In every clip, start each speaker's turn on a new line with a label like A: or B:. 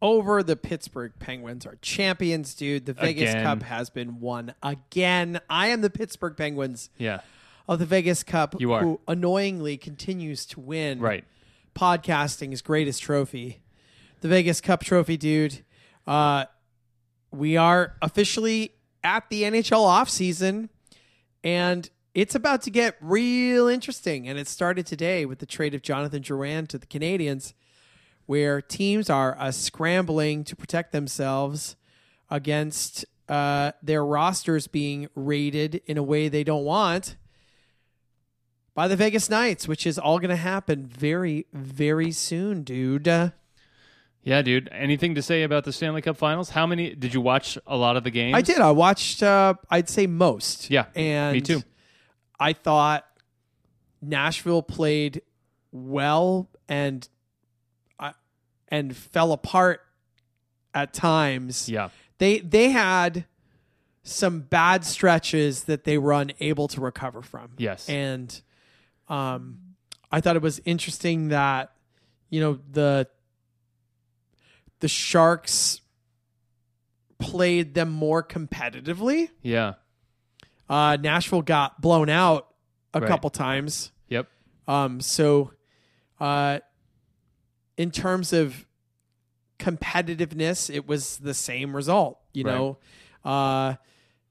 A: over. The Pittsburgh Penguins are champions, dude. The Vegas
B: Again.
A: Cup has been won again. I am the Pittsburgh Penguins
B: Yeah,
A: of the Vegas Cup,
B: You are.
A: who annoyingly continues to win
B: right.
A: podcasting's greatest trophy, the Vegas Cup trophy, dude. Uh, we are officially at the NHL offseason, and it's about to get real interesting. And it started today with the trade of Jonathan Duran to the Canadians, where teams are uh, scrambling to protect themselves against uh, their rosters being raided in a way they don't want by the Vegas Knights, which is all going to happen very, very soon, dude. Uh,
B: Yeah, dude. Anything to say about the Stanley Cup Finals? How many did you watch? A lot of the games.
A: I did. I watched. Uh, I'd say most.
B: Yeah,
A: and
B: me too.
A: I thought Nashville played well and I and fell apart at times.
B: Yeah,
A: They they had some bad stretches that they were unable to recover from.
B: Yes.
A: And um I thought it was interesting that you know the the Sharks played them more competitively.
B: yeah,
A: Uh Nashville got blown out a
B: Right.
A: couple times.
B: yep,
A: Um, so, uh, in terms of competitiveness, it was the same result. You
B: Right.
A: know, uh,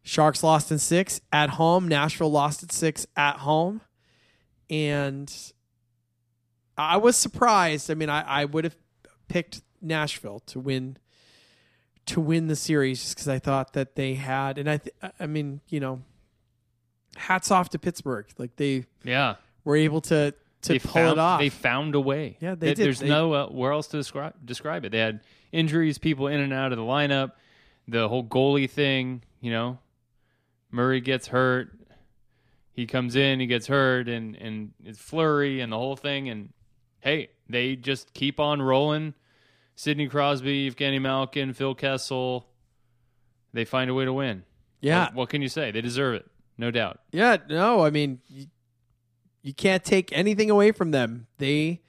A: Sharks lost in six at home. Nashville lost at six at home, and I was surprised. I mean, I, I would have picked Nashville to win to win the series just because I thought that they had, and I, th- I mean, you know, hats off to Pittsburgh. Like they
B: yeah.
A: were able to to
B: they
A: pull
B: found,
A: it off.
B: They found a way.
A: Yeah, they
B: Th-
A: did.
B: There's
A: They-
B: no uh, where else to describe describe it. They had injuries, people in and out of the lineup, the whole goalie thing. You know, Murray gets hurt, he comes in, he gets hurt, and and it's flurry and the whole thing. And hey, they just keep on rolling. Sidney Crosby, Evgeny Malkin, Phil Kessel, they find a way to win.
A: yeah,
B: What, what can you say? They deserve it, no doubt.
A: yeah. No, I mean, you, you can't take anything away from them. They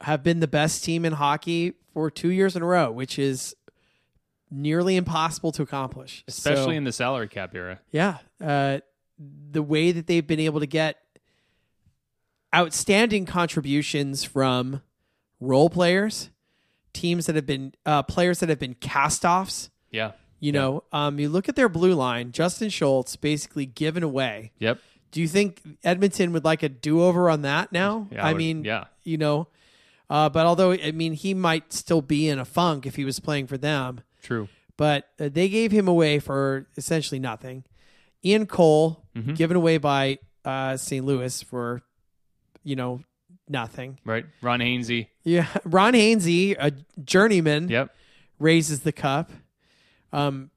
A: have been the best team in hockey for two years in a row, which is nearly impossible to accomplish.
B: Especially
A: So-
B: in the salary cap era.
A: Yeah. Uh, the way that they've been able to get outstanding contributions from role players, teams that have been uh, players that have been cast offs.
B: Yeah.
A: You know, um, you look at their blue line, Justin Schultz basically given away.
B: Yep.
A: Do you think Edmonton would like a do over on that now?
B: Yeah, I
A: I,
B: would-
A: mean,
B: yeah.
A: you know, uh, but although, I mean, he might still be in a funk if he was playing for them,
B: True.
A: but uh, they gave him away for essentially nothing. Ian Cole,
B: Mm-hmm.
A: given away by uh, St. Louis for, you know, nothing.
B: Right. Ron Hainsey.
A: Yeah. Ron Hainsey, a journeyman
B: Yep.
A: raises the cup. Um,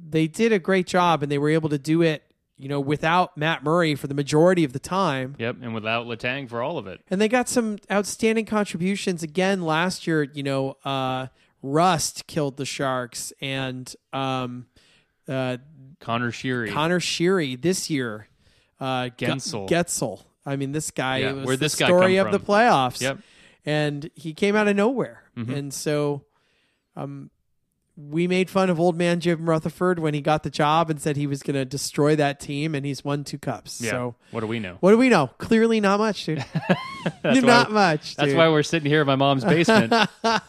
A: they did a great job, and they were able to do it, you know, without Matt Murray for the majority of the time.
B: Yep. And without Latang for all of it.
A: And they got some outstanding contributions again last year. You know, uh, Rust killed the Sharks, and um, uh,
B: Connor Sheary.
A: Connor Sheary this year. Uh, Ge-
B: Gensel.
A: Getzel. I mean, this guy.
B: Yeah,
A: it was
B: where'd
A: the
B: this guy
A: story
B: come
A: of the
B: from?
A: playoffs.
B: Yep. Mm-hmm.
A: And he came out of nowhere, and so, um, we made fun of old man Jim Rutherford when he got the job and said he was going to destroy that team, and he's won two cups.
B: yeah.
A: So.
B: what do we know?
A: What do we know? Clearly, not much, dude.
B: That's why-
A: not much.
B: That's
A: dude. Ah,
B: why we're sitting here in my mom's basement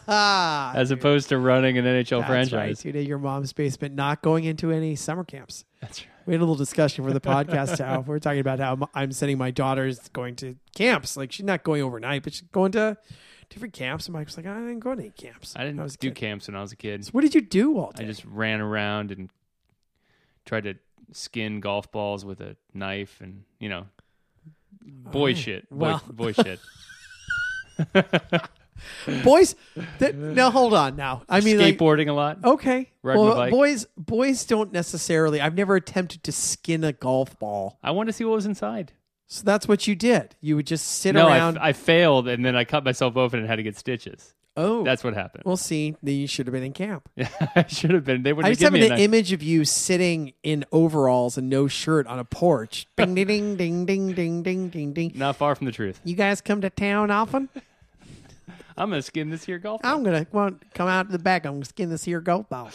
B: as opposed to running an NHL
A: That's right,
B: franchise.
A: dude. At your mom's basement, not going into any summer camps.
B: That's right.
A: We had a little discussion for the podcast. how we're talking about how m- I'm sending my daughters going to camps. Like she's not going overnight, but she's going to different camps. And Mike's like, I didn't go to any camps.
B: I didn't
A: when was a
B: do
A: kid."
B: camps when I was a kid.
A: So what did you do all
B: I
A: day?
B: just ran around and tried to skin golf balls with a knife and, you know, boy shit. Boy,
A: Well.
B: boy shit.
A: boys, that, now hold on. Now, I mean, like, Oh.
B: Skateboarding a lot.
A: okay,
B: Riding my
A: well,
B: bike.
A: boys, boys don't necessarily. I've never attempted to skin a golf ball,
B: I want to see what was inside.
A: so that's what you did. You would just sit
B: No,
A: around.
B: I, I failed, and then I cut myself open and had to get stitches.
A: oh,
B: That's what happened.
A: well. See, then you should have been in camp.
B: I should have been. They
A: I
B: wouldn't
A: just
B: give
A: have an
B: me a
A: image of you sitting in overalls and no shirt on a porch. Ding, ding, ding, ding, ding, ding, ding, ding, ding.
B: Not far from the truth.
A: You guys come to town often?
B: I'm gonna skin this here golf.
A: I'm gonna well, come out to the back. I'm gonna skin this here golf ball.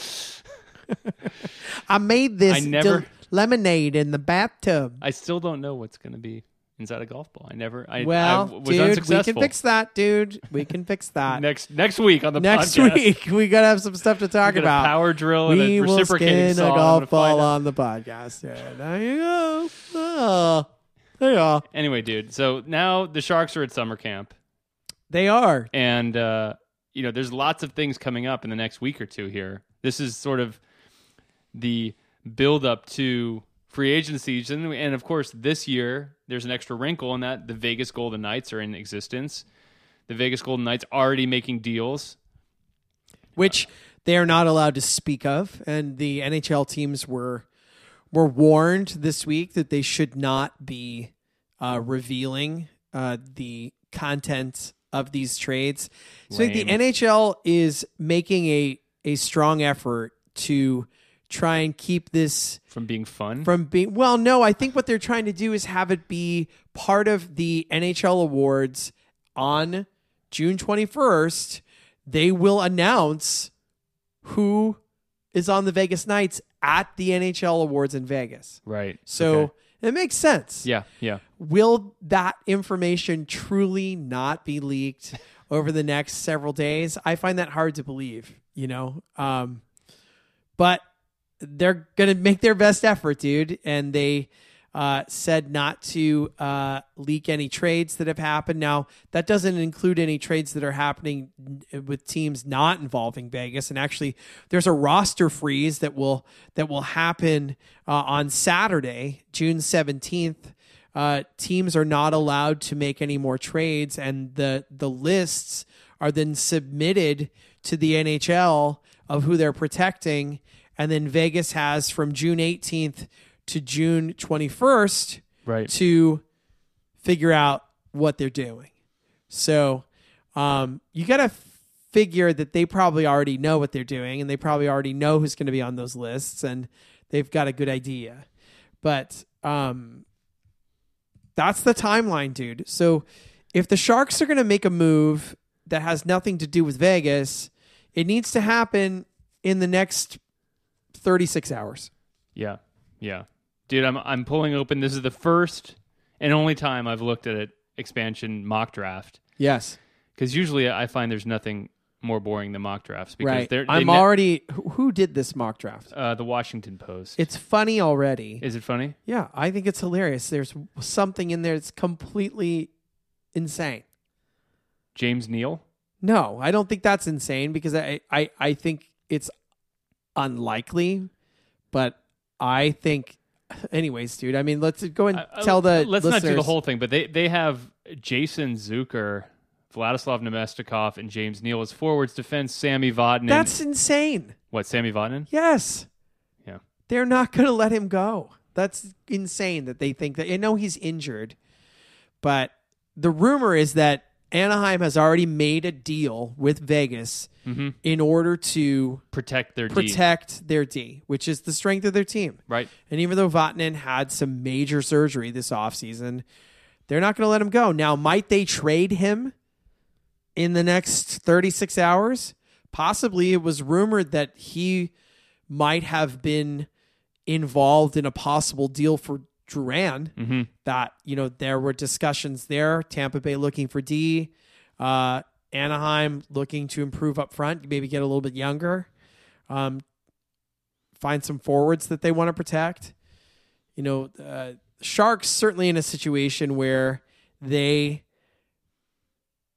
A: I made this
B: I never-
A: del- lemonade in the bathtub.
B: I still don't know what's gonna be inside a golf ball. I never. I, I
A: well,
B: was
A: dude, we
B: unsuccessful.
A: can fix that, dude. We can fix that.
B: next next week on the
A: Next
B: podcast.
A: week, we gotta have some stuff to talk
B: I got
A: about.
B: a power drill and
A: we
B: a
A: will
B: reciprocating
A: skin
B: saw.
A: a
B: I'm gonna
A: golf
B: find
A: ball
B: out.
A: on the podcast. Yeah, there you go. Oh, there you are.
B: Anyway, dude. So now the sharks are at summer camp,
A: They are.
B: and uh, you know there's lots of things coming up in the next week or two here. This is sort of the build up to free agency season, and of course this year there's an extra wrinkle in that the Vegas Golden Knights are in existence. The Vegas Golden Knights already making deals.
A: which they are not allowed to speak of and the NHL teams were were warned this week that they should not be uh, revealing uh, the content of these trades. So like, the
B: Lame.
A: NHL is making a a strong effort to try and keep this
B: from being fun.
A: from being well no i think what they're trying to do is have it be part of the nhl awards on june 21st they will announce who is on the vegas nights at the nhl awards in vegas
B: right.
A: so
B: Okay.
A: it makes sense
B: yeah, yeah.
A: will that information truly not be leaked over the next several days? I find that hard to believe, you know? Um, but they're going to make their best effort, dude. And they uh, said not to uh, leak any trades that have happened. Now, that doesn't include any trades that are happening with teams not involving Vegas. And actually, there's a roster freeze that will that will happen uh, on Saturday, June 17th uh, teams are not allowed to make any more trades, and the the lists are then submitted to the NHL of who they're protecting, and then Vegas has from June 18th to June 21st
B: Right.
A: to figure out what they're doing. So um, you got to figure that they probably already know what they're doing and they probably already know who's going to be on those lists and they've got a good idea. But um, that's the timeline, dude. So if the Sharks are going to make a move that has nothing to do with Vegas, it needs to happen in the next 36 hours.
B: Yeah. Yeah. Dude, I'm I'm pulling open this is the first and only time I've looked at an expansion mock draft
A: Yes.
B: cuz usually I find there's nothing more boring than mock drafts because
A: Right.
B: they're they
A: I'm
B: ne-
A: already. Who who did this mock draft?
B: uh, the Washington Post.
A: It's funny already.
B: Is it funny?
A: yeah, I think it's hilarious. There's something in there that's completely insane.
B: James Neal?
A: No, I don't think that's insane because I, I, I think it's unlikely, but I think, anyways, dude. I mean, let's go and
B: I- I-
A: Uh, tell the
B: Uh, Let's
A: listeners.
B: not do the whole thing, but they they have Jason Zucker, Vladislav Nemestikov and James Neal as forwards, defense Sammy Vodnin.
A: That's insane.
B: what Sammy Vodnin?
A: Yes.
B: Yeah.
A: They're not going to let him go. That's insane that they think that. I know he's injured, but the rumor is that Anaheim has already made a deal with Vegas in order to
B: Protect their Mm-hmm. D,
A: protect their D, which is the strength of their team.
B: right?
A: And even though Vatanen had some major surgery this offseason, they're not going to let him go. Now, might they trade him in the next 36 hours? Possibly. It was rumored that he might have been involved in a possible deal for Duran. That, you know, there were discussions there. Tampa Bay looking for D, uh, Anaheim looking to improve up front, maybe get a little bit younger. Um, find some forwards that they want to protect. You know, uh, Sharks certainly in a situation where they,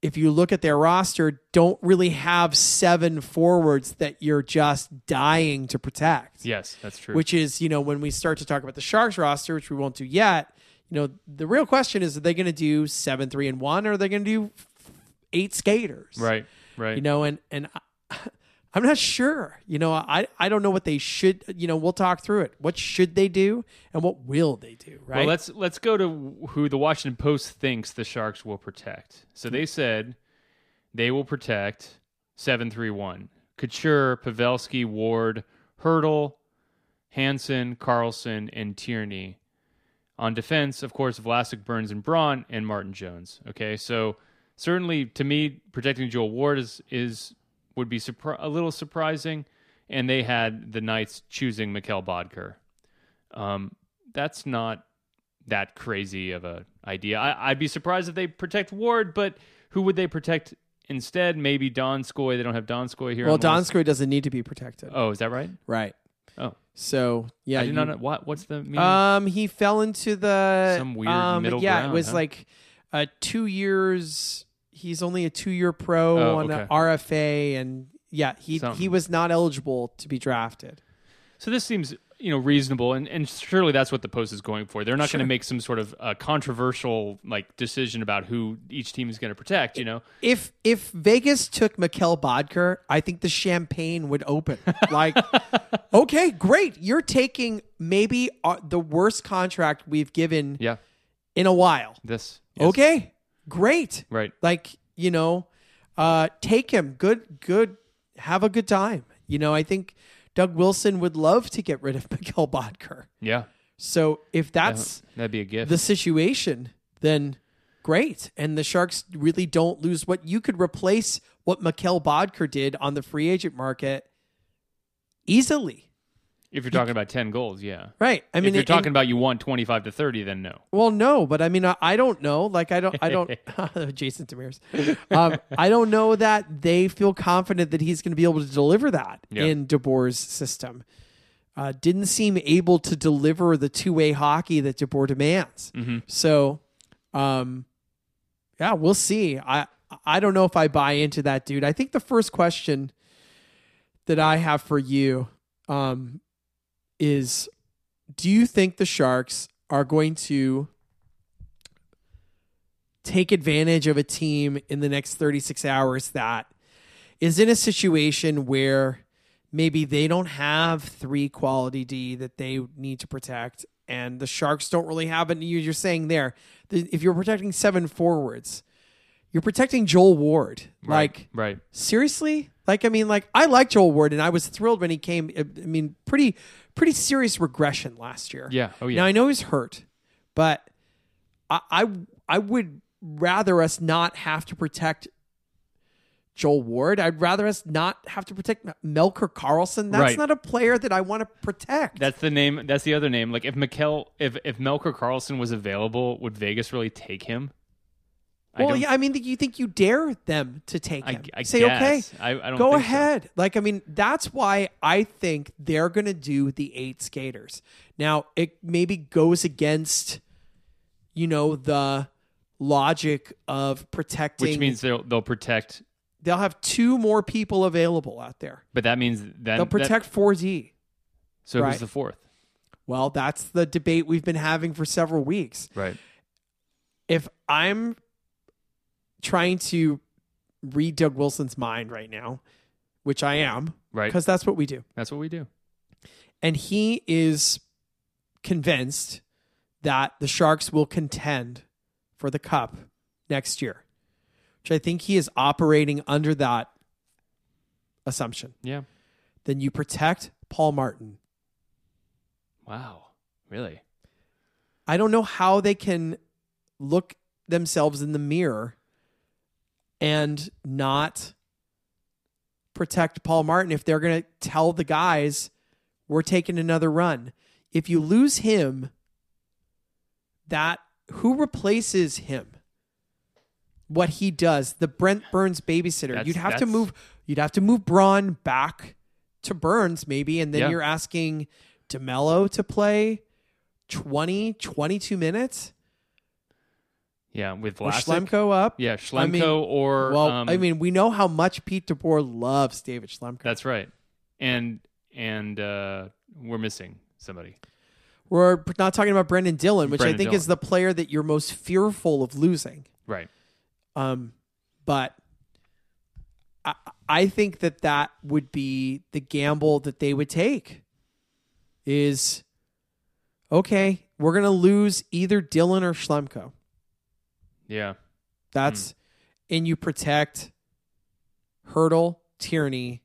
A: if you look at their roster, don't really have seven forwards that you're just dying to protect.
B: Yes, that's true.
A: Which is, you know, when we start to talk about the Sharks roster, which we won't do yet, you know, the real question is are they going to do seven, three, and one, or are they going to do eight skaters.
B: Right. Right.
A: You know, and and I, I'm not sure. You know, I I don't know what they should. You know, we'll talk through it. What should they do, and what will they do? Right.
B: Well, let's let's go to who the Washington Post thinks the Sharks will protect. So they said they will protect seven three one Couture, Pavelski, Ward, Hurdle, Hansen, Carlson, and Tierney. On defense, of course, Vlasic, Burns, and Braun, and Martin Jones. Okay, so certainly to me, protecting Joel Ward is is would be surpri- a little surprising. And they had the Knights choosing Mikel Bodker. Um, that's not that crazy of a idea. I, I'd be surprised if they protect Ward, but who would they protect instead? Maybe Donskoy. They don't have Donskoy here.
A: well,
B: on the list.
A: Donskoy doesn't need to be protected.
B: Oh, is that right?
A: Right.
B: Oh.
A: So yeah,
B: I did
A: Uh, you-
B: not know. What, what's the meaning?
A: Um, he fell into the
B: Mm. Some weird
A: um,
B: middle
A: Yeah,
B: ground,
A: it was
B: huh?
A: like uh, two years. He's only a two-year pro
B: Oh,
A: on
B: okay.
A: a RFA, and yeah, he he
B: Something.
A: was not eligible to be drafted.
B: so this seems you know reasonable, and, and surely that's what the post is going for. They're not going to make some sort of uh, controversial like decision about who each team is going to protect. You know,
A: If if Vegas took Mikel Bodker, I think the champagne would open. Like, okay, great, you're taking maybe uh, the worst contract we've given
B: yeah,
A: in a while.
B: this yes.
A: Okay, great.
B: right?
A: like you know uh take him good good have a good time you know i think doug wilson would love to get rid of Mikhail bodker
B: Yeah,
A: so if that's
B: that'd be a gift.
A: the situation then great and the sharks really don't lose what you could replace what Mikhail bodker did on the free agent market easily
B: if you're talking about ten goals, yeah.
A: right i mean
B: if you're
A: and-
B: talking about you want 25 to 30, then no.
A: Well, no, but I mean, I, I don't know. Like, I don't, I don't, Jason Demers. Um, I don't know that they feel confident that he's going to be able to deliver that
B: Yeah.
A: in DeBoer's system. Uh, didn't seem able to deliver the two way hockey that DeBoer demands. So, um, yeah, we'll see. I, I don't know if I buy into that, dude. I think the first question that I have for you um, is do you think the Sharks are going to take advantage of a team in the next 36 hours that is in a situation where maybe they don't have three quality D that they need to protect, and the Sharks don't really have it? You- You're saying there, th- if you're protecting seven forwards, you're protecting Joel Ward. Like,
B: Right.
A: seriously like i mean like i like joel ward and i was thrilled when he came i I mean pretty pretty serious regression last year
B: Yeah. Oh, yeah.
A: now i know he's hurt but i i, I would rather us not have to protect Joel Ward. I'd rather us not have to protect Melker Carlson. That's
B: Right.
A: not a player that I want to protect.
B: That's the name. That's the other name. Like if Mikel, if if Melker Carlson was available, would Vegas really take him? I
A: well,
B: don't-
A: yeah. I mean, th- you think you dare them to take
B: I-
A: him?
B: I
A: Say
B: guess.
A: okay.
B: I- I don't
A: go
B: think so.
A: ahead. Like, I mean, that's why I think they're going to do the eight skaters. Now, it maybe goes against, you know, the logic of protecting.
B: which means they'll they'll protect.
A: they'll have two more people available out there.
B: But that means that
A: They'll
B: that-
A: protect four D.
B: so
A: right.
B: who's the fourth?
A: Well, that's the debate we've been having for several weeks.
B: Right.
A: if I'm trying to read Doug Wilson's mind right now, which I am,
B: Right.
A: Because that's what we do.
B: That's what we do.
A: And he is convinced that the Sharks will contend for the cup next year, which I think he is operating under that assumption.
B: Yeah.
A: Then you protect Paul Martin.
B: Wow. Really.
A: I don't know how they can look themselves in the mirror and not protect Paul Martin if they're going to tell the guys we're taking another run. If you lose him, that who replaces him? What he does, the Brent Burns babysitter.
B: That's-
A: you'd have to
B: that's-
A: move you'd have to move Braun back to Burns maybe and then
B: Yeah.
A: you're asking DeMello to play 20, 22 minutes.
B: Yeah. With
A: Or
B: Vlasic.
A: Schlemko up.
B: Yeah. Schlemko
A: I mean,
B: or
A: well,
B: um,
A: I mean, we know how much Pete DeBoer loves David Schlemko.
B: that's right. And and uh we're missing somebody.
A: We're not talking about Brendan Dillon, which I
B: Brendan
A: think is
B: Dillon.
A: the player that you're most fearful of losing.
B: Right.
A: Um, but I, I think that that would be the gamble that they would take. Is okay, we're gonna lose either Dylan or Schlemko.
B: Yeah.
A: That's
B: Hmm.
A: and you protect Hurdle, Tierney,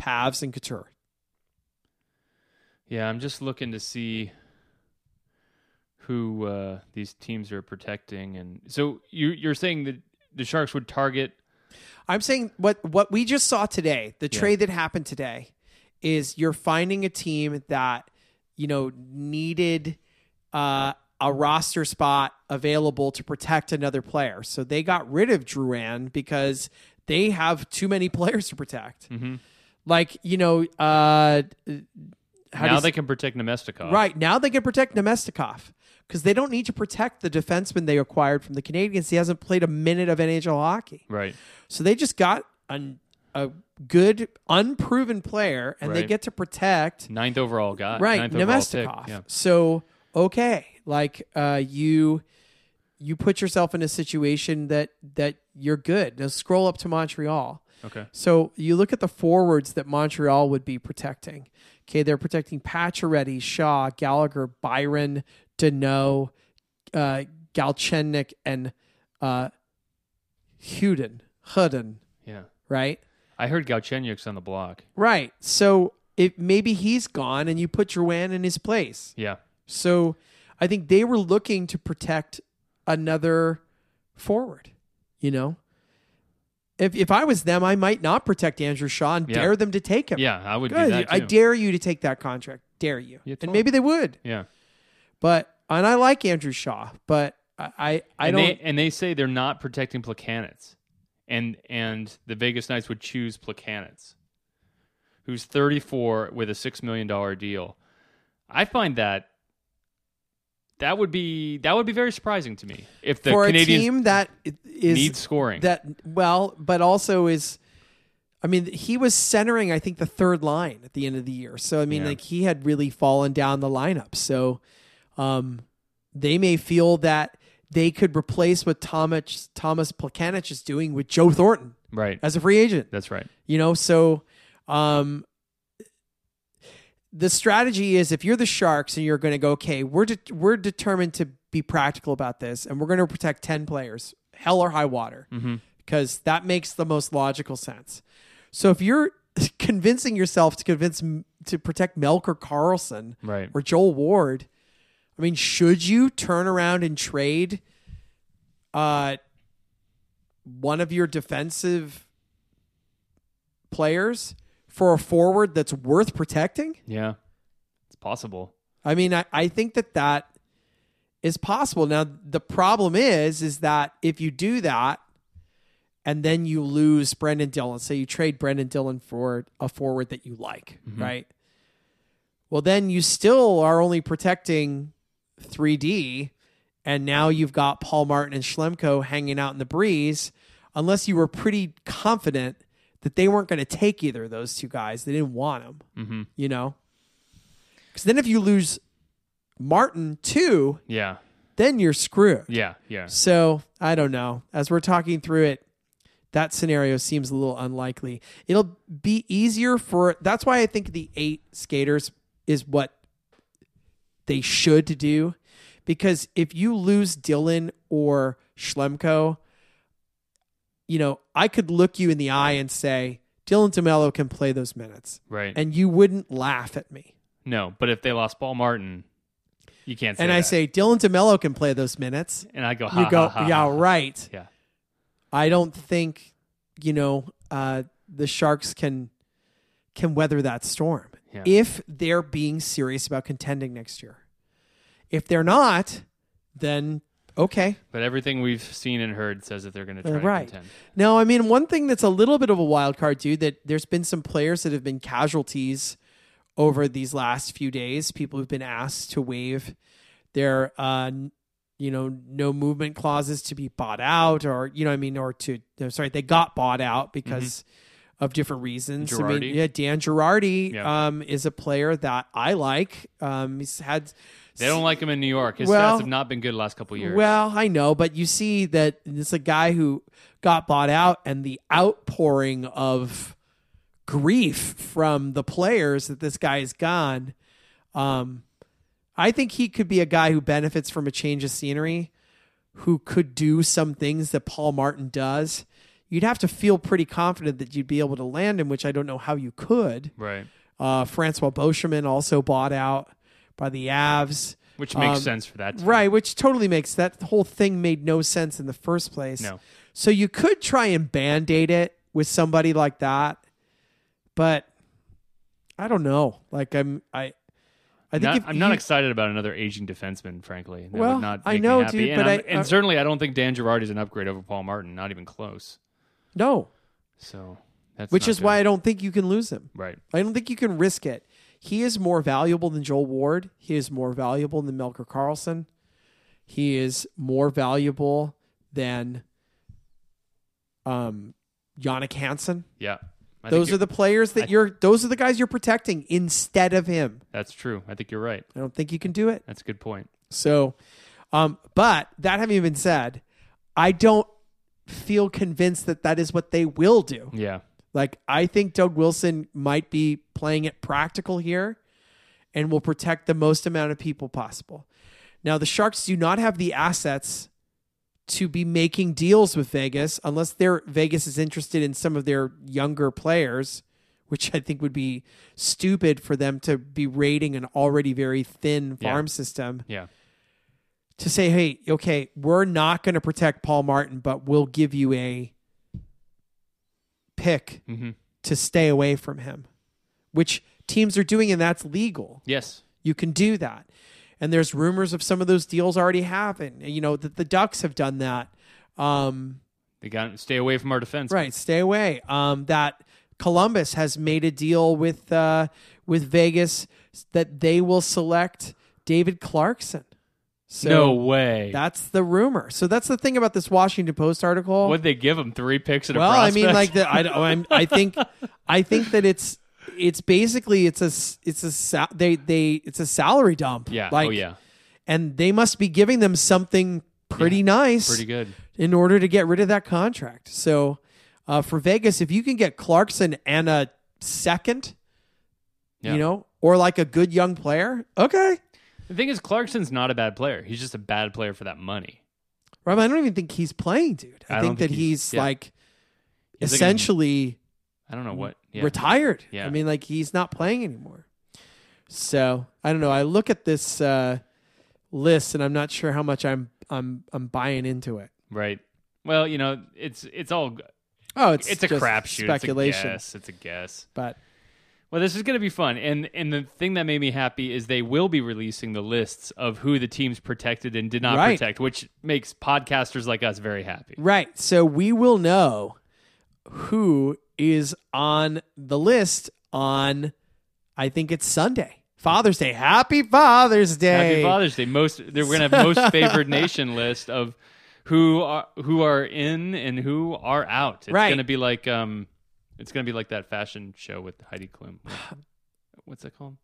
A: Pavs, and Couture.
B: Yeah, I'm just looking to see who uh, these teams are protecting, and so you you're saying that the Sharks would target.
A: I'm saying what what we just saw today, the
B: Yeah.
A: trade that happened today, is you're finding a team that you know needed uh, a roster spot available to protect another player, so they got rid of Druan because they have too many players to protect.
B: Mm-hmm.
A: Like you know, uh, how
B: now
A: does-
B: they can protect Nemestikov.
A: Right. Now they can protect Nemestikov because they don't need to protect the defenseman they acquired from the Canadians. He hasn't played a minute of NHL hockey.
B: Right.
A: So they just got an, a good, unproven player and they
B: Right.
A: get to protect,
B: Ninth overall guy.
A: right,
B: Ninth overall pick,
A: Nemestikov.
B: Yeah.
A: So, okay. Like, uh, you. You put yourself in a situation that that you're good. Now scroll up to Montreal.
B: Okay.
A: So you look at the forwards that Montreal would be protecting. Okay, they're protecting Pacioretty, Shaw, Gallagher, Byron, Deneau, uh, Galchenyuk, and uh, Hudin. Hudin,
B: Yeah.
A: right?
B: I heard Galchenyuk's on the block.
A: Right. So it maybe he's gone, and you put Drouin in his place.
B: Yeah.
A: So I think they were looking to protect another forward, you know? If, if I was them, I might not protect Andrew Shaw and
B: Yeah.
A: dare them to take him.
B: Yeah, I would
A: Good.
B: do that. Too.
A: I dare you to take that contract. Dare you.
B: Yeah,
A: and
B: totally.
A: maybe they would.
B: Yeah.
A: But and I like Andrew Shaw, but I I, I
B: and
A: don't
B: They, and they say they're not protecting Placanets, and and the Vegas Knights would choose Placanets, who's 34 with a six million dollar deal. I find that that would be that would be very surprising to me if the
A: for
B: Canadians
A: a team that is
B: need scoring.
A: that well, but also is I mean, he was centering I think the third line at the end of the year. So I mean,
B: Yeah.
A: like he had really fallen down the lineup. So um they may feel that they could replace what Thomas Thomas Plakanich is doing with Joe Thornton
B: right.
A: as a free agent.
B: That's right.
A: You know, so um the strategy is if you're the Sharks and you're going to go, okay, we're de- we're determined to be practical about this, and we're going to protect ten players, hell or high water, because that makes the most logical sense. So if you're convincing yourself to convince m- to protect Melker Carlson
B: Right.
A: or Joel Ward, I mean, should you turn around and trade uh one of your defensive players for a forward that's worth protecting?
B: Yeah. It's possible.
A: I mean, I, I think that that is possible. Now, the problem is, is that if you do that and then you lose Brendan Dillon, say you trade Brendan Dillon for a forward that you like, right? Well, then you still are only protecting 3D. And now you've got Paul Martin and Schlemko hanging out in the breeze, unless you were pretty confident that they weren't going to take either of those two guys. They didn't want them, you know? Because then if you lose Martin too,
B: Yeah.
A: then you're screwed.
B: Yeah. Yeah.
A: So I don't know. As we're talking through it, that scenario seems a little unlikely. It'll be easier for. That's why I think the eight skaters is what they should do, because if you lose Dylan or Schlemko, you know I could look you in the eye and say Dylan Demelo can play those minutes,
B: Right.
A: and you wouldn't laugh at me.
B: no, but if they lost Paul Martin, you can't say
A: and I
B: that.
A: say Dylan DeMello can play those minutes.
B: and I go, ha,
A: You go,
B: ha, ha,
A: yeah,
B: ha."
A: right.
B: Yeah.
A: I don't think you know uh, the Sharks can can weather that storm
B: Yeah.
A: if they're being serious about contending next year. If they're not, then okay,
B: But everything we've seen and heard says that they're going to try
A: they're Uh, right.
B: to contend.
A: No, I mean one thing that's a little bit of a wild card, dude. That there's been some players that have been casualties over these last few days. People who've been asked to waive their, uh, n- you know, no movement clauses to be bought out, or you know, what I mean, or to no, sorry, they got bought out because of different reasons. I mean,
B: Mm-hmm. Girardi?
A: yeah, Dan Girardi
B: Yeah.
A: um, is a player that I like. Um, he's had
B: They don't like him in New York. His
A: Well-
B: stats have not been good the last couple years.
A: Well, I know, but you see that it's a guy who got bought out, and the outpouring of grief from the players that this guy is gone. Um, I think he could be a guy who benefits from a change of scenery, who could do some things that Paul Martin does. You'd have to feel pretty confident that you'd be able to land him, which I don't know how you could.
B: right,
A: Uh, Francois Beauchemin also bought out by the Avs.
B: which makes
A: Um,
B: sense for that. team.
A: Right, which totally makes that whole thing made no sense in the first place.
B: No.
A: So you could try and band aid it with somebody like that, but I don't know. Like I'm I I think
B: Not-
A: if
B: I'm not
A: you-
B: excited about another aging defenseman, frankly. That
A: Well,
B: would not
A: I
B: make
A: know,
B: me happy.
A: dude,
B: and,
A: but
B: I'm-
A: I-
B: and
A: uh,
B: certainly, I don't think Dan Girardi is an upgrade over Paul Martin. Not even close.
A: no.
B: So that's
A: Which
B: not
A: is
B: good.
A: why I don't think you can lose him.
B: right.
A: I don't think you can risk it. He is more valuable than Joel Ward. He is more valuable than Melker Carlson. He is more valuable than um Yannick Hansen.
B: Yeah, I
A: those
B: think
A: are the players that you're those are the guys you're protecting instead of him.
B: That's true. I think you're right.
A: I don't think you can do it.
B: That's a good point.
A: So um but that having been said, I don't feel convinced that that is what they will do.
B: Yeah,
A: Like I think Doug Wilson might be playing it practical here and will protect the most amount of people possible. Now the Sharks do not have the assets to be making deals with Vegas unless their Vegas is interested in some of their younger players, which I think would be stupid for them to be raiding an already very thin
B: Yeah.
A: farm system
B: yeah,
A: to say, hey, okay, we're not going to protect Paul Martin, but we'll give you a pick
B: Mhm.
A: to stay away from him, which teams are doing, and that's legal.
B: yes,
A: You can do that. And there's rumors of some of those deals already happen. You know, that the Ducks have done that. Um,
B: they got to stay away from our defense.
A: right, stay away. Um, that Columbus has made a deal with uh, with Vegas that they will select David Clarkson. So
B: no way.
A: that's the rumor. So that's the thing about this Washington Post article.
B: Would they give him three picks at a
A: well, I mean,
B: prospect?
A: like the, I, don't- I'm, I think, I think that it's it's basically it's a s- it's a sa- they they it's a salary dump.
B: yeah,
A: Like,
B: oh yeah,
A: And they must be giving them something pretty nice,
B: pretty good.
A: in order to get rid of that contract. So uh, for Vegas, if you can get Clarkson and a second,
B: Yeah.
A: you know, or like a good young player, okay.
B: The thing is, Clarkson's not a bad player. He's just a bad player for that money.
A: Rob, I don't even think he's playing, dude. I,
B: I don't
A: think that
B: think
A: he's,
B: he's- yeah.
A: like
B: He's like a-
A: essentially
B: I don't know
A: Mm-hmm.
B: what. Yeah,
A: retired.
B: Yeah.
A: I mean, like he's not playing anymore. So I don't know. I look at this uh, list and I'm not sure how much I'm I'm I'm buying into it.
B: right. Well, you know, it's it's all
A: Oh, it's
B: it's a
A: just
B: crapshoot.
A: speculation.
B: It's a guess. It's a guess.
A: But
B: Well, this is going to be fun, and and the thing that made me happy is they will be releasing the lists of who the teams protected and did not
A: Right.
B: protect, which makes podcasters like us very happy.
A: right, so we will know who is on the list on. I think it's Sunday, Father's Day. Happy Father's Day.
B: Happy Father's Day. Most they're going to have most favored nation list of who are who are in and who are out. It's
A: Right.
B: going to be like um, it's going to be like that fashion show with Heidi Klum. What's that called?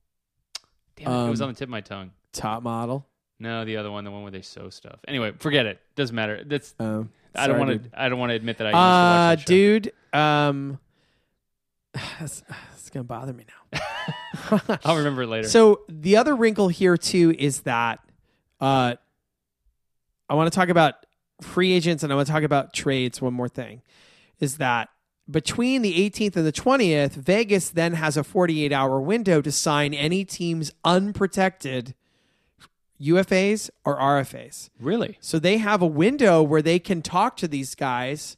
B: Damn, it, it was
A: Um,
B: on the tip of my tongue.
A: Top model.
B: No, the other one, the one where they sew stuff. Anyway, forget it. Doesn't matter. That's
A: Um,
B: I don't
A: sorry,
B: want
A: dude.
B: to. I don't want to admit that I used
A: Uh,
B: to watch that show.
A: dude, um, that's, that's gonna bother me now.
B: I'll remember it later.
A: So the other wrinkle here too is that uh, I want to talk about free agents and I want to talk about trades. One more thing is that between the 18th and the 20th, Vegas then has a 48 hour window to sign any team's unprotected UFAs or RFAs.
B: really?
A: So they have a window where they can talk to these guys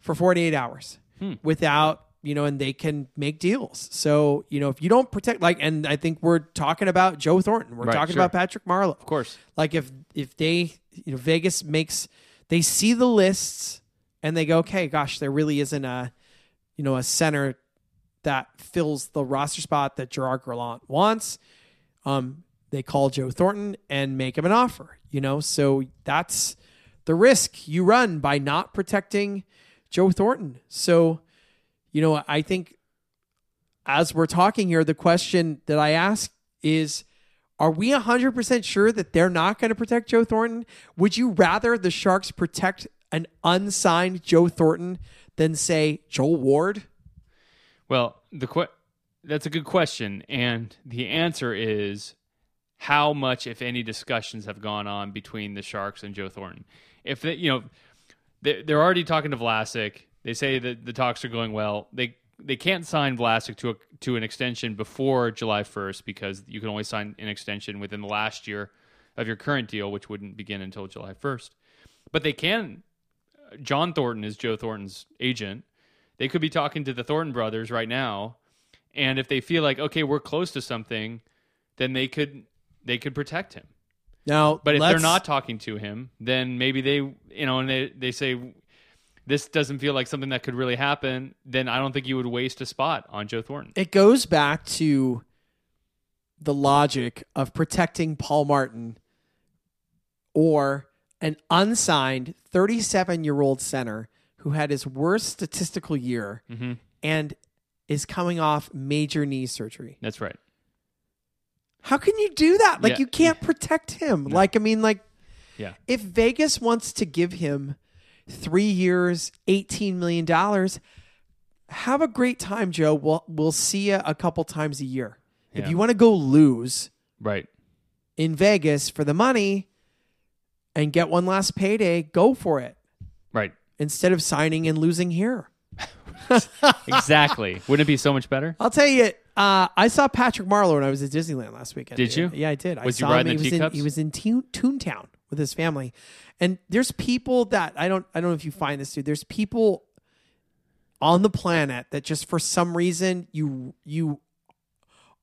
A: for 48 hours
B: Hmm.
A: without, you know, and they can make deals. So, you know, if you don't protect like and I think we're talking about Joe Thornton, we're
B: Right,
A: talking
B: sure.
A: about Patrick Marlowe.
B: Of course.
A: Like if if they, you know, Vegas makes they see the lists and they go, "Okay, gosh, there really isn't a, you know, a center that fills the roster spot that Gerard Gallant wants." um, they call Joe Thornton and make him an offer. You know, so that's the risk you run by not protecting Joe Thornton. So, you know, I think as we're talking here, the question that I ask is Are we 100% sure that they're not going to protect Joe Thornton? Would you rather the Sharks protect an unsigned Joe Thornton than, say, Joel Ward?
B: Well, the que- that's a good question, and the answer is how much, if any, discussions have gone on between the Sharks and Joe Thornton. If they, you know, they, they're already talking to Vlasic. They say that the talks are going well. They they can't sign Vlasic to a, to an extension before July first because you can only sign an extension within the last year of your current deal, which wouldn't begin until July first. But they can. John Thornton is Joe Thornton's agent. They could be talking to the Thornton brothers right now, and if they feel like okay, we're close to something, then they could they could protect him.
A: Now,
B: But if they're
A: let's-
B: not talking to him, then maybe they, you know, and they, they say, this doesn't feel like something that could really happen, then I don't think you would waste a spot on Joe Thornton.
A: it goes back to the logic of protecting Paul Martin or an unsigned 37 year old center who had his worst statistical year and is coming off major knee surgery.
B: That's right.
A: How can you do that? Like
B: Yeah.
A: you can't protect him. Like I mean like
B: Yeah.
A: if Vegas wants to give him 3 years, 18 million dollars, have a great time, Joe. We'll we'll see you a couple times a year. If
B: Yeah.
A: you want to go lose
B: Right.
A: in Vegas for the money and get one last payday, go for it
B: Right.
A: instead of signing and losing here.
B: Exactly. Wouldn't it be so much better?
A: I'll tell you, uh, I saw Patrick Marlowe when I was at Disneyland last weekend.
B: Did you?
A: Yeah, I did. I
B: Was he
A: saw
B: riding
A: him.
B: the
A: he was in,
B: teacups?
A: he was in Toon- Toontown with his family, and there's people that I don't. I don't know if you find this dude. There's people on the planet that just for some reason you you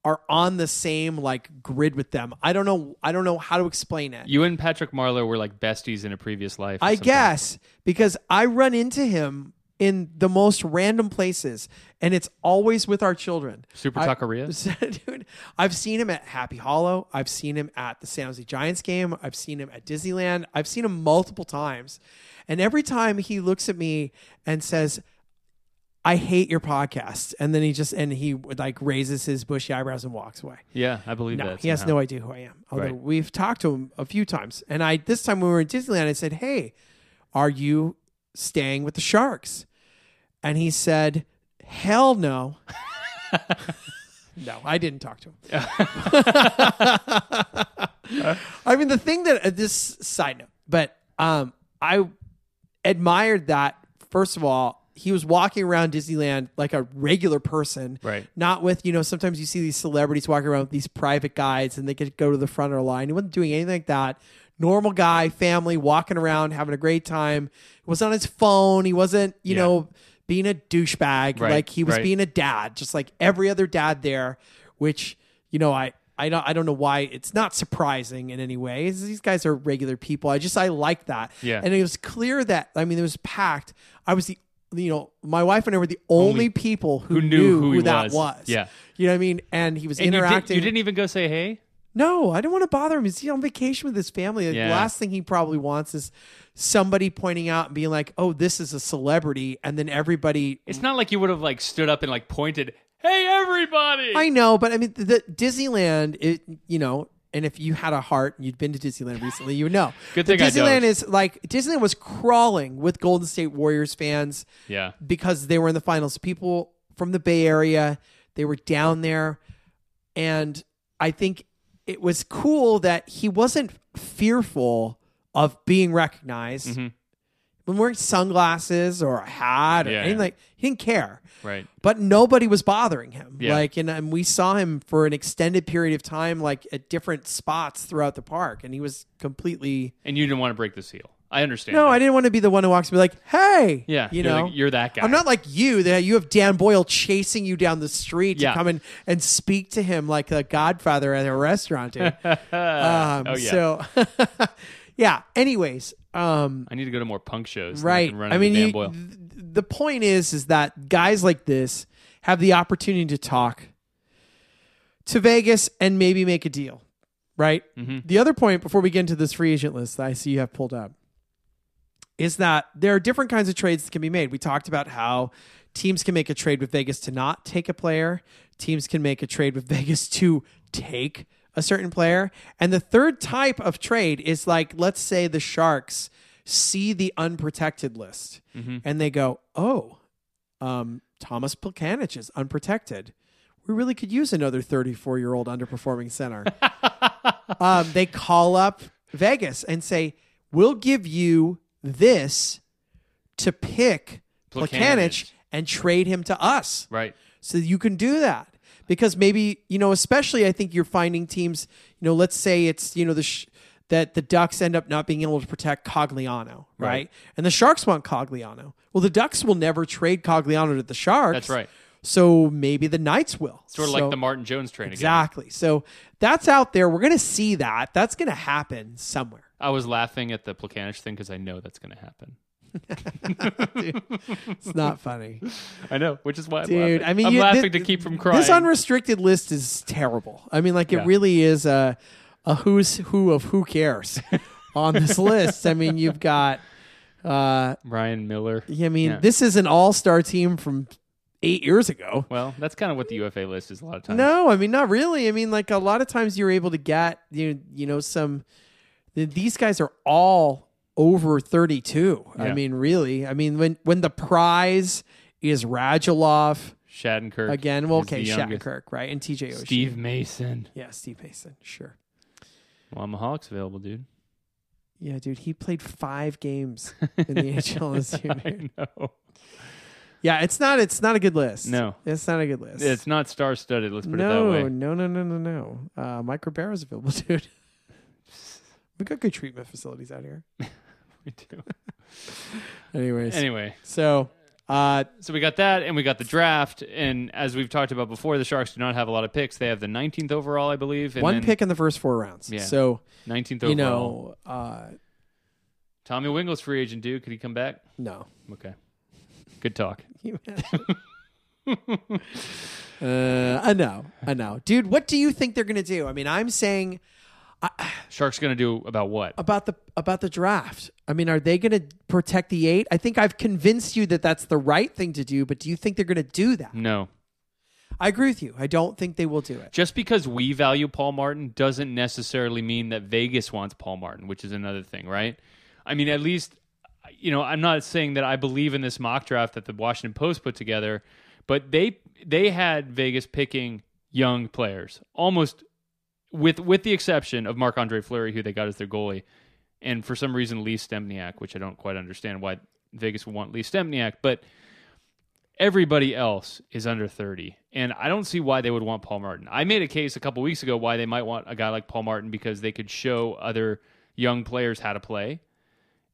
A: are on the same like grid with them. I don't know. I don't know how to explain it.
B: You and Patrick Marlowe were like besties in a previous life. or
A: I
B: something.
A: guess because I run into him in the most random places, and it's always with our children.
B: Super
A: I-
B: Taqueria?
A: Dude, I've seen him at Happy Hollow. I've seen him at the San Jose Giants game. I've seen him at Disneyland. I've seen him multiple times, and every time he looks at me and says. I hate your podcast, and then he just and he like raises his bushy eyebrows and walks away.
B: Yeah, I believe
A: No,
B: that.
A: he has
B: somehow.
A: no idea who I am. Although
B: Right.
A: we've talked to him a few times, and I this time when we were in Disneyland, I said, "Hey, are you staying with the Sharks?" And he said, "Hell no." no, I didn't talk to him. I mean, the thing that uh, this side note, but um, I admired that. First of all, he was walking around Disneyland like a regular person,
B: Right.
A: Not with you know. Sometimes you see these celebrities walking around with these private guides, and they could go to the front of the line. He wasn't doing anything like that. Normal guy, family, walking around, having a great time. He was on his phone. He wasn't, you
B: Yeah.
A: know, being a douchebag.
B: Right,
A: Like he was
B: right.
A: being a dad, just like every other dad there. Which you know, I I don't I don't know why it's not surprising in any way. These guys are regular people. I just I like that.
B: Yeah.
A: And it was clear that I mean it was packed. I was the you know my wife and I were the only, people who,
B: who knew who he
A: that
B: was.
A: was.
B: Yeah.
A: You know what I mean? And he was
B: And you, did,
A: interacting.
B: you didn't e- even go say hey?
A: No, I don't want to bother him. He's on vacation with his family. Like, The
B: Yeah.
A: last thing he probably wants is somebody pointing out and being like, "Oh, this is a celebrity," and then everybody.
B: It's not like you would have like stood up and like pointed, hey, everybody.
A: I know, but I mean, the, the Disneyland. It you know, and if you had a heart and you'd been to Disneyland recently, you would know.
B: Good
A: The
B: thing I
A: Disneyland
B: don't.
A: is like Disneyland was crawling with Golden State Warriors fans.
B: yeah.
A: because they were in the finals. People from the Bay Area, they were down there. And I think it was cool that he wasn't fearful of being recognized.
B: Mm-hmm.
A: When wearing sunglasses or a hat or
B: Yeah,
A: anything
B: yeah.
A: like he didn't care.
B: Right.
A: But nobody was bothering him.
B: Yeah.
A: Like and, and we saw him for an extended period of time, like at different spots throughout the park, and he was completely
B: And you didn't want to break the seal. I understand.
A: No,
B: that.
A: I didn't want to be the one who walks and be like, hey.
B: Yeah,
A: You
B: you're
A: know,
B: the- you're that guy.
A: I'm not like you that you have Dan Boyle chasing you down the street
B: Yeah.
A: to come in and speak to him like a godfather at a restaurant. Dude. um,
B: Oh, yeah.
A: So, yeah. Anyways, um,
B: I need to go to more punk shows. then I,
A: right.
B: can run
A: I
B: into
A: mean,
B: Dan
A: you-
B: Boyle.
A: th- the point is, is that guys like this have the opportunity to talk to Vegas and maybe make a deal. Right.
B: Mm-hmm.
A: The other point before we get into this free agent list that I see you have pulled up is that there are different kinds of trades that can be made. We talked about how teams can make a trade with Vegas to not take a player, teams can make a trade with Vegas to take a a certain player. And the third type of trade is like, let's say the Sharks see the unprotected list and they go, oh, um, Thomas Plakanich is unprotected. We really could use another 34 year old underperforming center. um, they call up Vegas and say, we'll give you this to pick Plakanich
B: Plakanich.
A: and trade him to us
B: Right.
A: so you can do that because maybe you know especially i think you're finding teams you know let's say it's you know the sh- that the ducks end up not being able to protect cogliano right?
B: Right.
A: and the sharks want cogliano well the ducks will never trade cogliano to the sharks
B: That's right.
A: so maybe the knights will
B: Sort of like the Martin Jones train again.
A: exactly so that's out there we're gonna see that that's gonna happen somewhere
B: I was laughing at the Placanich thing because I know that's going to happen.
A: it's not funny
B: I know, which is why I'm
A: Dude,
B: laughing.
A: I mean,
B: I'm
A: you-
B: laughing
A: thi-
B: to keep from crying.
A: This unrestricted list is terrible. I mean, like it
B: Yeah.
A: really is a a who's who of who cares on this list. I mean, you've got. Uh,
B: Ryan Miller.
A: I mean,
B: Yeah.
A: this is an all-star team from eight years ago.
B: Well, that's kind of what the UFA list is a lot of times.
A: No, I mean not really. I mean, like a lot of times you're able to get you you know some. th- These guys are all over 32. I
B: Yeah.
A: mean, really. I mean, when when the prize is Radulov
B: Shattenkirk.
A: again, well,
B: is the
A: okay,
B: youngest.
A: Shattenkirk, right, and TJ Oshie.
B: Steve Mason.
A: Yeah, Steve Mason. Sure.
B: Well, I'm a Hawks available, dude.
A: Yeah, dude, he played five games in the NHL this year.
B: I know.
A: Yeah, it's not. It's not a good list.
B: No.
A: it's not a good list.
B: It's not star studded, let's put
A: no,
B: it that way.
A: no, no, no, no, no. Uh, Mike Ribeiro's available, dude. We got good treatment facilities out here.
B: We do.
A: Anyways,
B: Anyway,
A: so uh,
B: so we got that and we got the draft. And as we've talked about before, the Sharks do not have a lot of picks. They have the 19th overall, I believe. And
A: one
B: then
A: pick in the first four rounds.
B: Yeah.
A: So
B: 19th overall.
A: you know, uh,
B: Tommy Wingle's free agent, dude. Could he come back?
A: no.
B: Okay. Good talk.
A: Uh, I know, I know, dude. What do you think they're gonna do? I mean, I'm saying
B: Sharks going to do about what?
A: about the about the draft. I mean, are they going to protect the eight? I think I've convinced you that that's the right thing to do, but do you think they're going to do that?
B: No.
A: I agree with you. I don't think they will do it.
B: Just because we value Paul Martin doesn't necessarily mean that Vegas wants Paul Martin, which is another thing, right? I mean, at least, you know, I'm not saying that I believe in this mock draft that the Washington Post put together, but they they had Vegas picking young players almost with with the exception of Marc Andre Fleury, who they got as their goalie, and for some reason Lee Stempniak, which I don't quite understand why Vegas would want Lee Stempniak, but everybody else is under 30. And I don't see why they would want Paul Martin. I made a case a couple weeks ago why they might want a guy like Paul Martin because they could show other young players how to play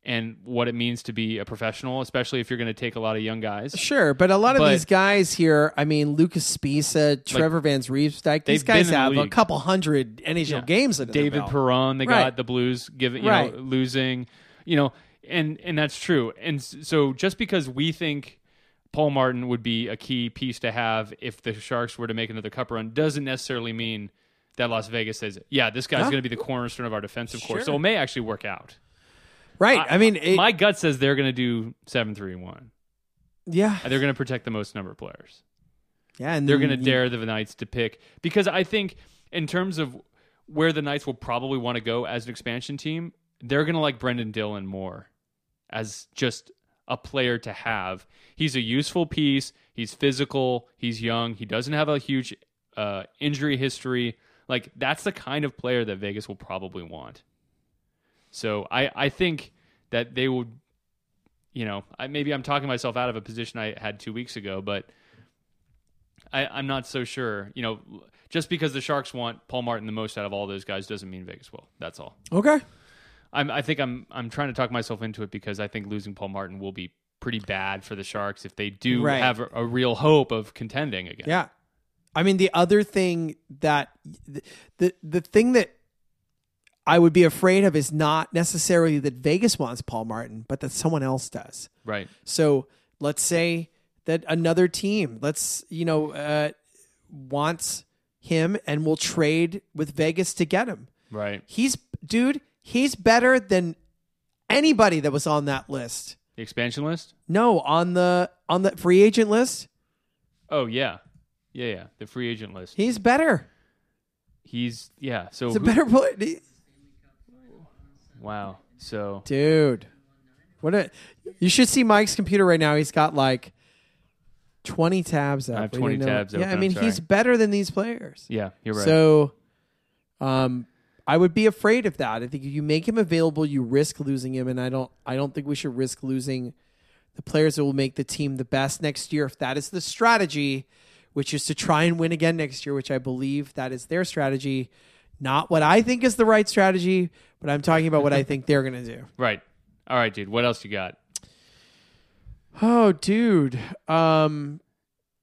B: and what it means to be a professional, especially if you're going to take a lot of young guys.
A: Sure, but a lot of
B: But-
A: these guys here, I mean, Lucas Spisa, Trevor Van Riemsdyk, these
B: They've been
A: guys
B: in the
A: have a
B: league.
A: couple hundred NHL
B: Yeah.
A: games in
B: David
A: their belt.
B: Perron, they
A: Right.
B: got the Blues giving, you
A: Right.
B: know, losing, you know, and and that's true. And s- so just because we think Paul Martin would be a key piece to have if the Sharks were to make another cup run doesn't necessarily mean that Las Vegas says, yeah, this guy's
A: Huh?
B: going to be the cornerstone of our defensive core.
A: Sure.
B: So it may actually work out.
A: Right. I, mean, it,
B: My gut says they're going to do 7 3 1.
A: yeah,
B: They're going to protect the most number of players.
A: yeah, and
B: They're going to
A: you-
B: dare the Knights to pick because I think in terms of where the Knights will probably want to go as an expansion team, they're going to like Brendan Dillon more as just a player to have. He's a useful piece. He's physical. He's young. He doesn't have a huge uh, injury history. Like that's the kind of player that Vegas will probably want. So I I think that they will. You know, I, maybe I'm talking myself out of a position I had two weeks ago, but I, I'm not so sure. You know, just because the Sharks want Paul Martin the most out of all those guys doesn't mean Vegas will. That's all.
A: Okay.
B: I'm, I think I'm I'm trying to talk myself into it because I think losing Paul Martin will be pretty bad for the Sharks if they do
A: Right.
B: have a, a real hope of contending again.
A: Yeah. I mean, the other thing that the, the the thing that I would be afraid of is not necessarily that Vegas wants Paul Martin, but that someone else does.
B: Right.
A: So let's say that another team, let's you know, uh, wants him and will trade with Vegas to get him.
B: Right.
A: He's dude. He's better than anybody that was on that list.
B: The expansion list.
A: No, on the on the free agent list,
B: Oh yeah, yeah yeah. The free agent list.
A: he's better.
B: he's yeah. So
A: It's a
B: who-
A: better play,
B: wow. So
A: dude. What a you should see Mike's computer right now. He's got like twenty tabs up.
B: have
A: We
B: 20
A: didn't know-
B: tabs
A: Yeah,
B: open,
A: I
B: I'm
A: mean he's
B: sorry.
A: better than these players.
B: yeah, you're right.
A: So, um, I would be afraid of that. I think if you make him available, you risk losing him, and I don't. I don't think we should risk losing the players that will make the team the best next year. If that is the strategy, which is to try and win again next year, which I believe that is their strategy, not what I think is the right strategy, but I'm talking about what I think they're going to do.
B: right. All right, dude. What else you got?
A: Oh, dude. Um,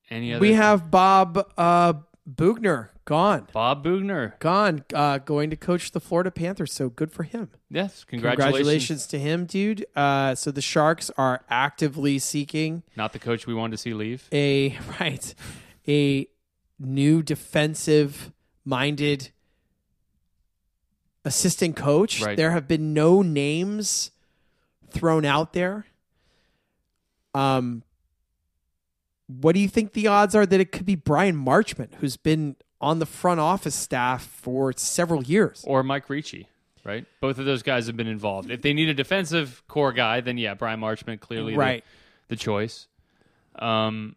B: Any other?
A: we have Bob uh, Bugner gone.
B: Bob Bugner.
A: Gone, uh, going to coach the Florida Panthers. So good for him.
B: Yes, congratulations.
A: Congratulations to him, dude. Uh, so the Sharks are actively seeking
B: Not the coach we wanted to see leave.
A: a right, a new defensive minded assistant coach.
B: Right.
A: There have been no names thrown out there. Um what do you think the odds are that it could be Brian Marchman, who's been on the front office staff for several years?
B: or Mike Ricci, right? Both of those guys have been involved. If they need a defensive core guy, then yeah, Brian Marchman clearly the-
A: Right.
B: the, choice. Um,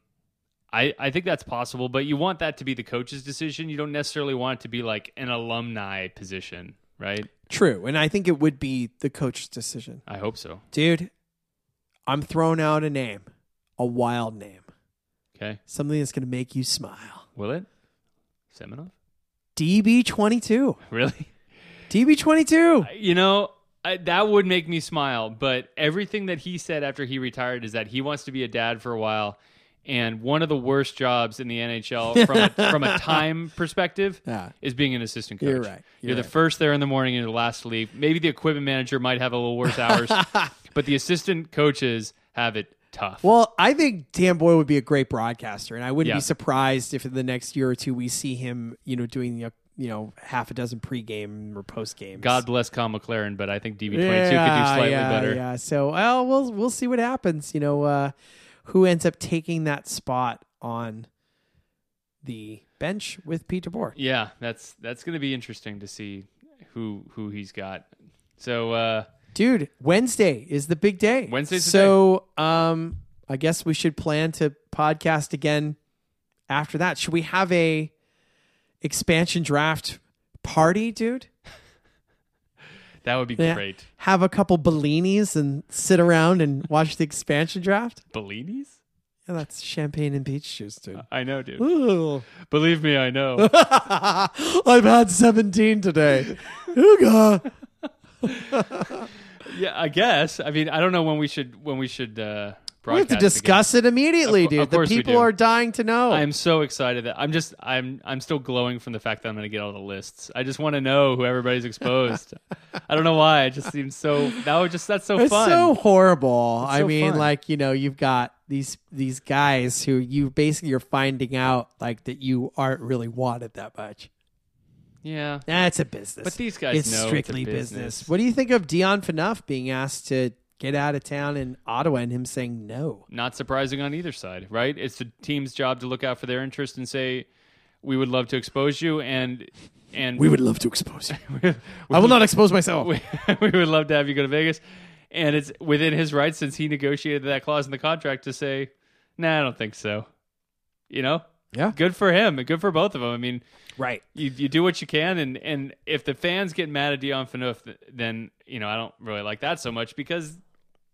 B: I I think that's possible, but you want that to be the coach's decision. You don't necessarily want it to be like an alumni position, right?
A: True. And I think it would be the coach's decision.
B: I hope so.
A: Dude, I'm throwing out a name, a wild name,
B: Okay,
A: something that's going to make you smile.
B: will it? Seminov,
A: DB22.
B: really?
A: DB22.
B: You know. I, that would make me smile, but everything that he said after he retired is that he wants to be a dad for a while, and one of the worst jobs in the NHL from a, from a time perspective
A: Yeah.
B: is being an assistant coach.
A: You're right.
B: You're,
A: You're
B: the
A: right.
B: first there in the morning and you're the last to leave. Maybe the equipment manager might have a little worse hours, but the assistant coaches have it tough.
A: Well, I think Dan Boy would be a great broadcaster, and I wouldn't
B: Yeah.
A: be surprised if in the next year or two we see him, you know, doing you know, you know half a dozen pregame or postgames.
B: God bless Kyle McLaren, but I think DB22 could do
A: Yeah,
B: slightly
A: yeah,
B: better.
A: Yeah. So, well, we'll we'll see what happens. You know, uh, who ends up taking that spot on the bench with Pete DeBoer?
B: Yeah, that's that's going to be interesting to see who who he's got. So uh,
A: dude wednesday is the big day
B: Wednesday's the
A: so um i guess we should plan to podcast again after that should we have a expansion draft party dude
B: that would be
A: Yeah.
B: great.
A: have a couple bellinis and sit around and watch the expansion draft
B: Bellinis?
A: yeah, that's champagne and peach juice dude
B: I know, dude.
A: Ooh.
B: Believe me, I know.
A: I've had 17 today. Ooga.
B: yeah, I guess. I mean, I don't know when we should when we should uh, broadcast.
A: We have to
B: again.
A: discuss it immediately,
B: Of cou-
A: dude.
B: of
A: the
B: course we
A: people
B: do.
A: are dying to know.
B: I am so excited that I'm just I'm I'm still glowing from the fact that I'm going to get all the lists. I just want to know who everybody's exposed. I don't know why. It just seems so. That would just that's so
A: It's
B: fun.
A: so horrible. I
B: so
A: mean,
B: fun.
A: like you know, you've got these these guys who you basically are finding out like that you aren't really wanted that much.
B: yeah,
A: That's a business.
B: But these guys
A: it's
B: know it's a
A: strictly
B: business.
A: What do you think of Dion Phaneuf being asked to get out of town in Ottawa and him saying no?
B: not surprising on either side, right? It's the team's job to look out for their interest and say we would love to expose you and and
A: would love to expose you. I will not expose myself.
B: we, we would love to have you go to Vegas. And it's within his rights since he negotiated that clause in the contract to say, "Nah, I don't think so." You know.
A: Yeah.
B: Good for him and good for both of them. I mean,
A: Right.
B: you, you do what you can, and, and if the fans get mad at Dion Phaneuf, th- then you know I don't really like that so much because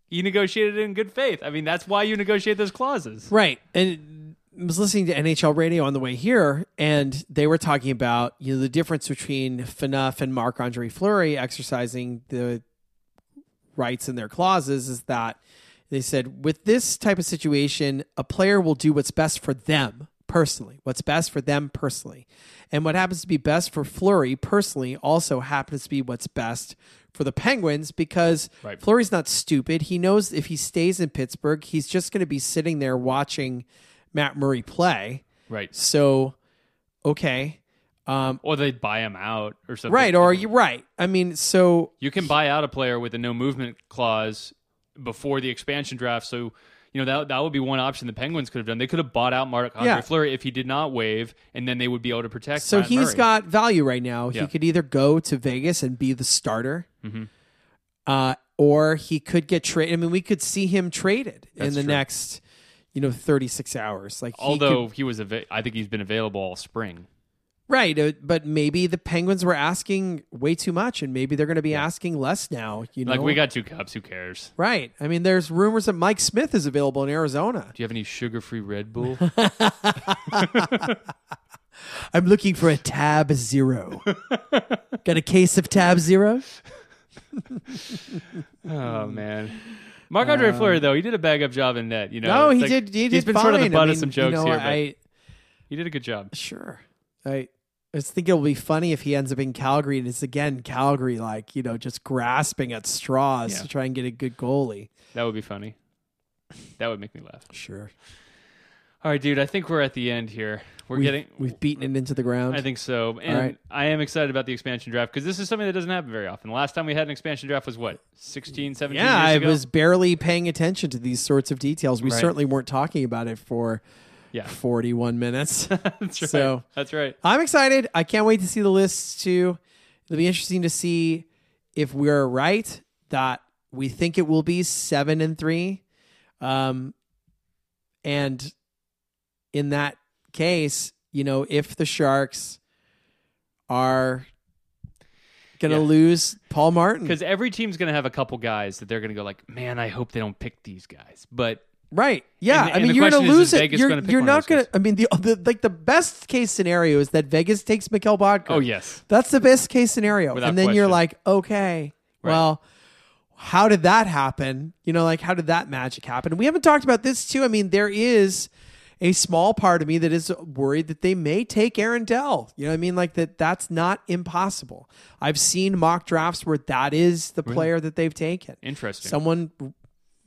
B: you negotiated it in good faith. I mean, that's why you negotiate those clauses.
A: Right. And I was listening to NHL radio on the way here, and they were talking about you know the difference between FNUF and Marc Andre Fleury exercising the rights in their clauses is that they said with this type of situation, a player will do what's best for them personally, what's best for them personally, and what happens to be best for Fleury personally also happens to be what's best for the Penguins because
B: Right.
A: Flurry's not stupid. He knows if he stays in Pittsburgh, he's just going to be sitting there watching Matt Murray play.
B: Right.
A: So, okay, um,
B: Or they buy him out or something.
A: right? Or you're right. I mean, so
B: you can buy out a player with a no movement clause before the expansion draft, so You know that that would be one option the Penguins could have done. They could have bought out Mark Andre
A: Yeah.
B: Fleury if he did not waive, and then they would be able to protect.
A: So
B: Matt
A: he's
B: Murray.
A: got value right now.
B: Yeah. Mm-hmm.
A: He could either go to Vegas and be the starter, uh, or he could get traded. I mean, we could see him traded in
B: That's
A: the
B: true.
A: next, you know, thirty six hours. Like, he
B: Although
A: could-
B: he, was, ava- I think he's been available all spring.
A: right, uh, but maybe the Penguins were asking way too much, and maybe they're going to be asking less now. You know,
B: Like we got two cups. Who cares?
A: right. I mean, there's rumors that Mike Smith is available in Arizona.
B: Do you have any sugar-free Red Bull?
A: I'm looking for a Tab Zero. got a case of Tab Zero?
B: oh man, Mark Andre Fleury though he did a bag up job in net. You know,
A: Um, No,
B: It's
A: he
B: like-
A: did. He did
B: He's been
A: fine.
B: sort of the butt
A: I mean,
B: of some
A: you
B: jokes
A: know,
B: here, but
A: I,
B: he did a good job.
A: Sure. I I just think it'll be funny if he ends up in Calgary and it's again Calgary, like, you know, just grasping at straws
B: Yeah.
A: to try and get a good goalie.
B: That would be funny. That would make me laugh.
A: Sure.
B: All right, dude. I think we're at the end here. We're
A: We've,
B: getting.
A: we've beaten it into the ground.
B: I think so, and
A: right.
B: I am excited about the expansion draft because this is something that doesn't happen very often. The last time we had an expansion draft was what 16, 17
A: yeah,
B: years
A: I
B: ago?
A: was barely paying attention to these sorts of details. We
B: Right.
A: certainly weren't talking about it for
B: Yeah,
A: 41 minutes.
B: that's right.
A: so-
B: that's right.
A: I'm excited. I can't wait to see the lists too. It'll be interesting to see if we're right that we think it will be seven and three. Um, and in that case, you know, if the Sharks are gonna
B: Yeah.
A: lose Paul Martin,
B: Because every team's going to have a couple guys that they're going to go like, man, I hope they don't pick these guys. But
A: right? Yeah,
B: And-
A: I
B: and
A: mean,
B: the
A: you're gonna
B: question is, is
A: lose it.
B: Vegas
A: you're
B: gonna pick
A: you're
B: one of those
A: not gonna.
B: guys?
A: I mean, the, the like the best case scenario is that Vegas takes Mikhail Bodker.
B: oh yes,
A: That's the best case scenario.
B: Without
A: and then you're
B: question.
A: like, okay,
B: Right.
A: well, how did that happen? You know, like how did that magic happen? We haven't talked about this too. I mean, there is a small part of me that is worried that they may take Aaron Dell. You know what I mean? Like that that's not impossible. I've seen mock drafts where that is the player that they've taken.
B: interesting.
A: Someone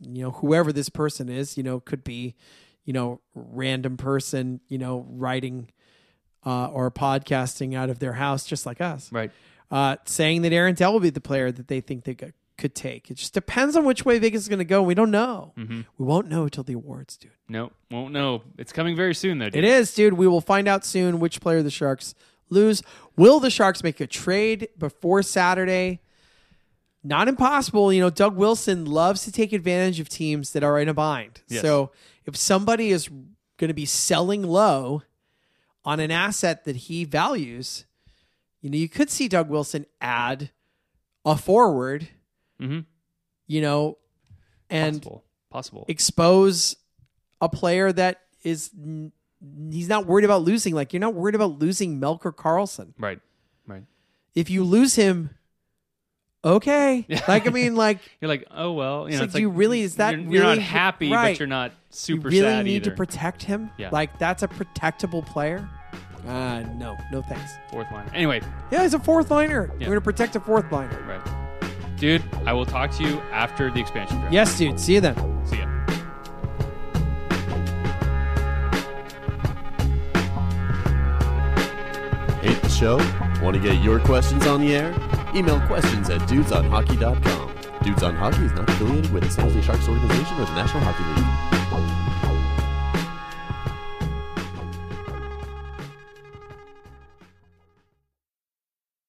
A: you know, whoever this person is, you know, could be, you know, random person, you know, writing uh, or podcasting out of their house just like us
B: right.
A: uh, saying that Aaron Dell will be the player that they think they go- could take. It just depends on which way Vegas is going to go. We don't know. We won't know till the awards, dude.
B: No, won't know. It's coming very soon though. Dude.
A: It is, dude. We will find out soon which player the Sharks lose. Will the Sharks make a trade before Saturday? Not impossible. You know, Doug Wilson loves to take advantage of teams that are in a bind.
B: Yes.
A: So if somebody is going to be selling low on an asset that he values, you know, you could see Doug Wilson add a forward,
B: Mhm.
A: you know, and
B: possible. Possible.
A: expose a player that is n- he's not worried about losing. Like you're not worried about losing Melker Carlson.
B: right. Right.
A: If you lose him, okay. Like I mean, like
B: You're like, oh well. You
A: It's
B: know,
A: like,
B: it's
A: do you really- is that
B: you're, you're
A: really-
B: not happy,
A: right.
B: but you're not
A: you
B: super
A: really
B: sad
A: need
B: either.
A: to protect him.
B: Yeah.
A: Like that's a protectable player. Uh no, no thanks.
B: Fourth line. Anyway,
A: Yeah, he's a fourth liner.
B: Yeah.
A: You're gonna protect a fourth liner.
B: right, dude. I will talk to you after the expansion draft.
A: Yes, dude. See you then.
B: See ya.
C: Hate the show? Want to get your questions on the air? Email questions at dudesonhockey.com. Dudes on Hockey is not affiliated with the San Jose Sharks organization or the National Hockey League.